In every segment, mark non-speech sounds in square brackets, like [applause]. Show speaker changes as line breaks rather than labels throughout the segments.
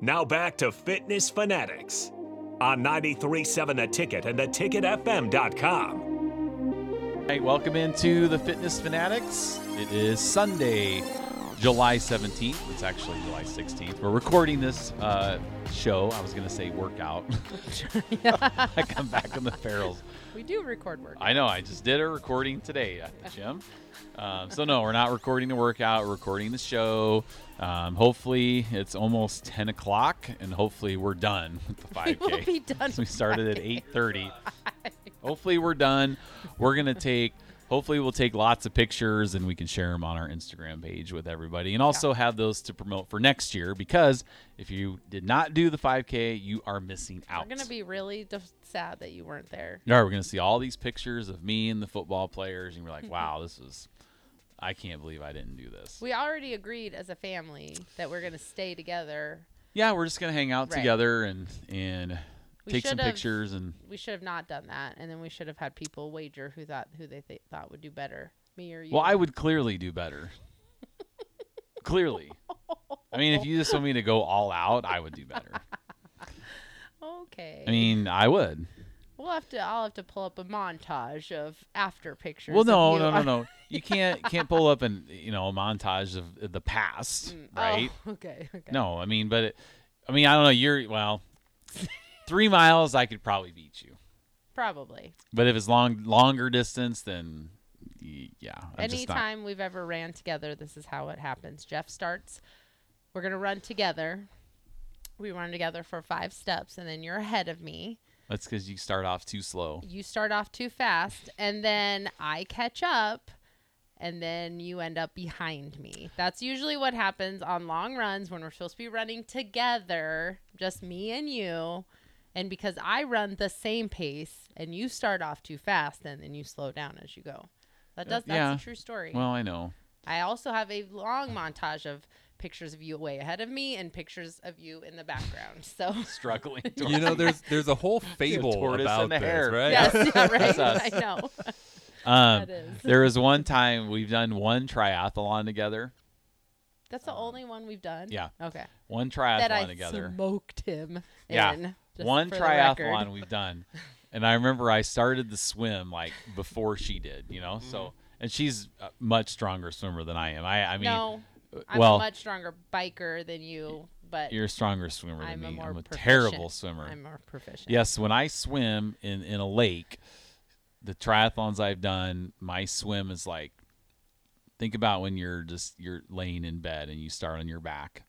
Now back to Fitness Fanatics on 937 The Ticket and theticketfm.com.
Hey, welcome into the Fitness Fanatics. It is Sunday, July 17th. It's actually July 16th. We're recording this uh, show. I was going to say workout. [laughs] I come back on the ferals.
We do record work.
I know. I just did a recording today
[laughs]
at the gym. Um, so no, we're not recording the workout. We're recording the show. Um, hopefully, it's almost 10 o'clock, and hopefully we're done with
[laughs]
the 5K.
will be done
we started at
[laughs]
8:30. hopefully, we're done. We're gonna take. Hopefully, we'll take lots of pictures and we can share them on our Instagram page with everybody, and also have those to promote for next year. Because if you did not do the 5K, you are missing out.
We're gonna be really def- sad that you weren't there.
All right, we're gonna see all these pictures of me and the football players, and we're like, wow, this is. I can't believe I didn't do this.
We already agreed as a family that we're gonna stay together.
Yeah, we're just gonna hang out
Right.
together and and
We
take some
should've-
pictures and
We should have not done that, and then we should have had people wager who thought who they th- thought would do better, me or you.
Well, I would clearly do
[laughs]
better. clearly. I mean, if you just want me to go all out, I would do better.
okay. [laughs]
I mean, I would.
we'll have to. I'll have to pull up a montage of after pictures.
Well,
of
no,
you
no, no,
on-
no. You can't can't pull up and you know a montage of the past,
[laughs] Oh,
right?
[laughs] okay. Okay.
No, I mean, but it, I mean, I don't know. You're
[laughs]
well, three miles. I could probably beat you,
Probably.
but if it's long longer distance, then y- yeah, I'm just not.
Anytime we've ever ran together, this is how it happens. Jeff starts. We're gonna run together. We run together for five steps, and then you're ahead of me.
That's because you start off too slow.
You start off too fast, and then I catch up, and then you end up behind me. That's usually what happens on long runs when we're supposed to be running together, just me and you. And because I run the same pace, and you start off too fast, and then you slow down as you go. That does. That's
yeah.
a true story.
Well, I know.
I also have a long montage of pictures of you way ahead of me and pictures of you in the background. So
[laughs]
Struggling.
You know, there's there's a whole fable
tortoise
about
and a
this,
hare.
[laughs]
right?
yes, yeah, right.
[laughs] That's us.
I know.
[laughs] um,
that is.
there was one time we've done one triathlon together.
That's the only one we've done.
Um, yeah.
Okay.
One triathlon
That I
together.
smoked him.
Yeah.
In, just
One
for the
triathlon
record.
we've done. And I remember I started the swim like before she did, you know? So,
Mm-hmm.
and she's a much stronger swimmer than I am. I, I mean, uh,
no, I'm
well,
a much stronger biker than you, but
you're a stronger swimmer than
I'm a
me.
more
I'm a
proficient.
terrible swimmer.
I'm more proficient.
Yes, when I swim in, in a lake, the triathlons I've done, my swim is like think about when you're just you're laying in bed and you start on your back,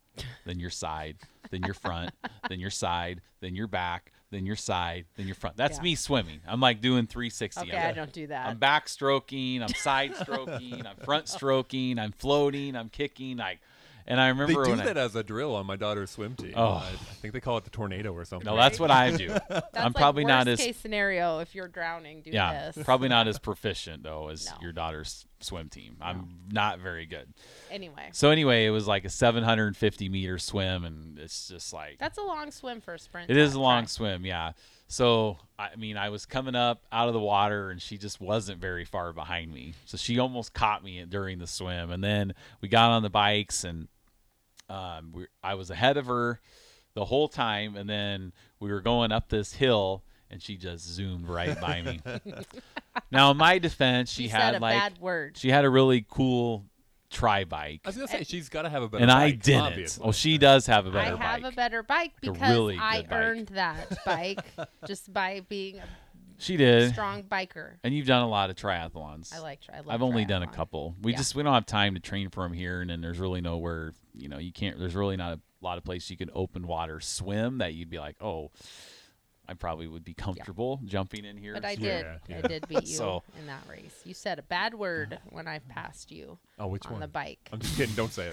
then your side, then your
[laughs]
front, then your side, then your back, then your side, then your front. That's
Yeah.
me swimming. I'm like doing 360.
Okay,
I'm,
I don't do that.
I'm backstroking, I'm side stroking, I'm front stroking, I'm floating, I'm kicking, like and I
They
remember
do
when I,
that as a drill on my daughter's swim team.
Oh.
I, I think they call it the tornado or something.
no, that's what I do.
[laughs] That's
I'm
like
probably not
worst
as
case scenario if you're drowning. Do
yeah,
this.
probably not as proficient though as
No.
your daughter's swim team. I'm not very good.
Anyway,
So anyway, it was like a 750 meter swim, and it's just like
that's a long swim for a sprint.
it is a
time
long
try.
swim. Yeah. So I mean, I was coming up out of the water, and she just wasn't very far behind me. So she almost caught me during the swim, and then we got on the bikes, and um, we, I was ahead of her the whole time, and then we were going up this hill, and she just zoomed right by
[laughs]
me. now, in my defense, she
You
had
said a
like
bad word.
she had a really cool tri bike,
I was gonna say she's got to have a better.
and I
bike,
didn't.
obviously.
Oh, she does have a
I
better
have
bike.
a better bike
Like a
because
really
I
good bike.
earned
[laughs]
that bike just by being a
she did,
strong biker.
and you've done a lot of triathlons.
I like. tri- I love
I've only done a
triathlon.
couple. We
Yeah.
just we don't have time to train from here, and then there's really nowhere you know you can't. There's really not a lot of places you can open water swim that you'd be like, oh, I probably would be comfortable jumping in here.
But I did.
Yeah,
I
yeah.
did
[laughs]
beat you
So-
in that race. You said a bad
[sighs]
word when I passed you
Oh, which
on
one?
the bike.
I'm just kidding. Don't say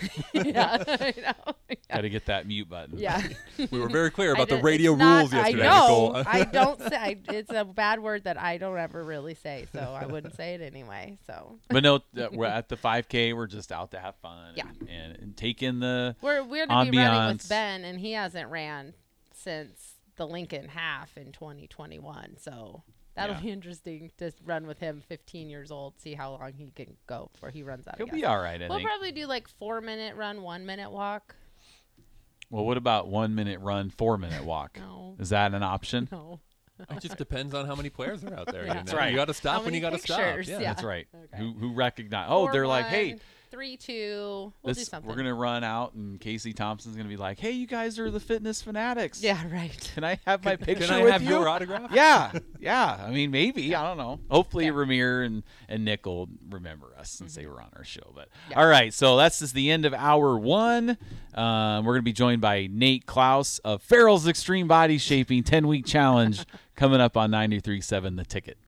[laughs]
it.
yeah, I
[laughs]
know.
Got to get that mute button.
Yeah.
We were very clear
I
about the
did-
radio
it's not-
rules
I
yesterday,
know.
Nicole.
[laughs] I don't say. I, it's a bad word that I don't ever really say, so I wouldn't say it anyway. So
But no,
[laughs]
th- we're at the 5K. We're just out to have fun.
Yeah.
And, and, and take in the.
We're we're gonna be running
Ambiance.
with Ben, and he hasn't ran since the Lincoln half in 2021. So that'll
Yeah.
be interesting to run with him, 15 years old, see how long he can go before he runs out.
He'll
of gas.
be all right. I
We'll
think.
probably do like four minute run, one minute walk.
Well, what about one minute run, four minute walk?
No.
Is that an option?
[laughs] No.
[laughs] It just depends on how many players are out there.
Yeah.
you
That's
know?
right.
You got to stop
How
when
many
you got to stop.
pictures? Yeah. [laughs]
That's right.
Okay.
Who who recognize? Oh,
Four,
they're like, hey,
one, three, two. We'll do
this-
something.
we're gonna run out, and Casey Thompson's gonna be like, hey, you guys are the fitness fanatics.
Yeah, right.
Can I have my picture
Can I
with
have
you?
your autograph?
yeah,
[laughs]
yeah. I mean, maybe I don't know. Hopefully,
Yeah. Mm-hmm.
Ramir and and Nick will remember us since they were on our show. But
Yeah.
all right, so that's just the end of hour one. Um, we're gonna be joined by Nate Klaus
[laughs]
of Farrell's Extreme Body Shaping Ten Week Challenge coming up on 93.7 The Ticket.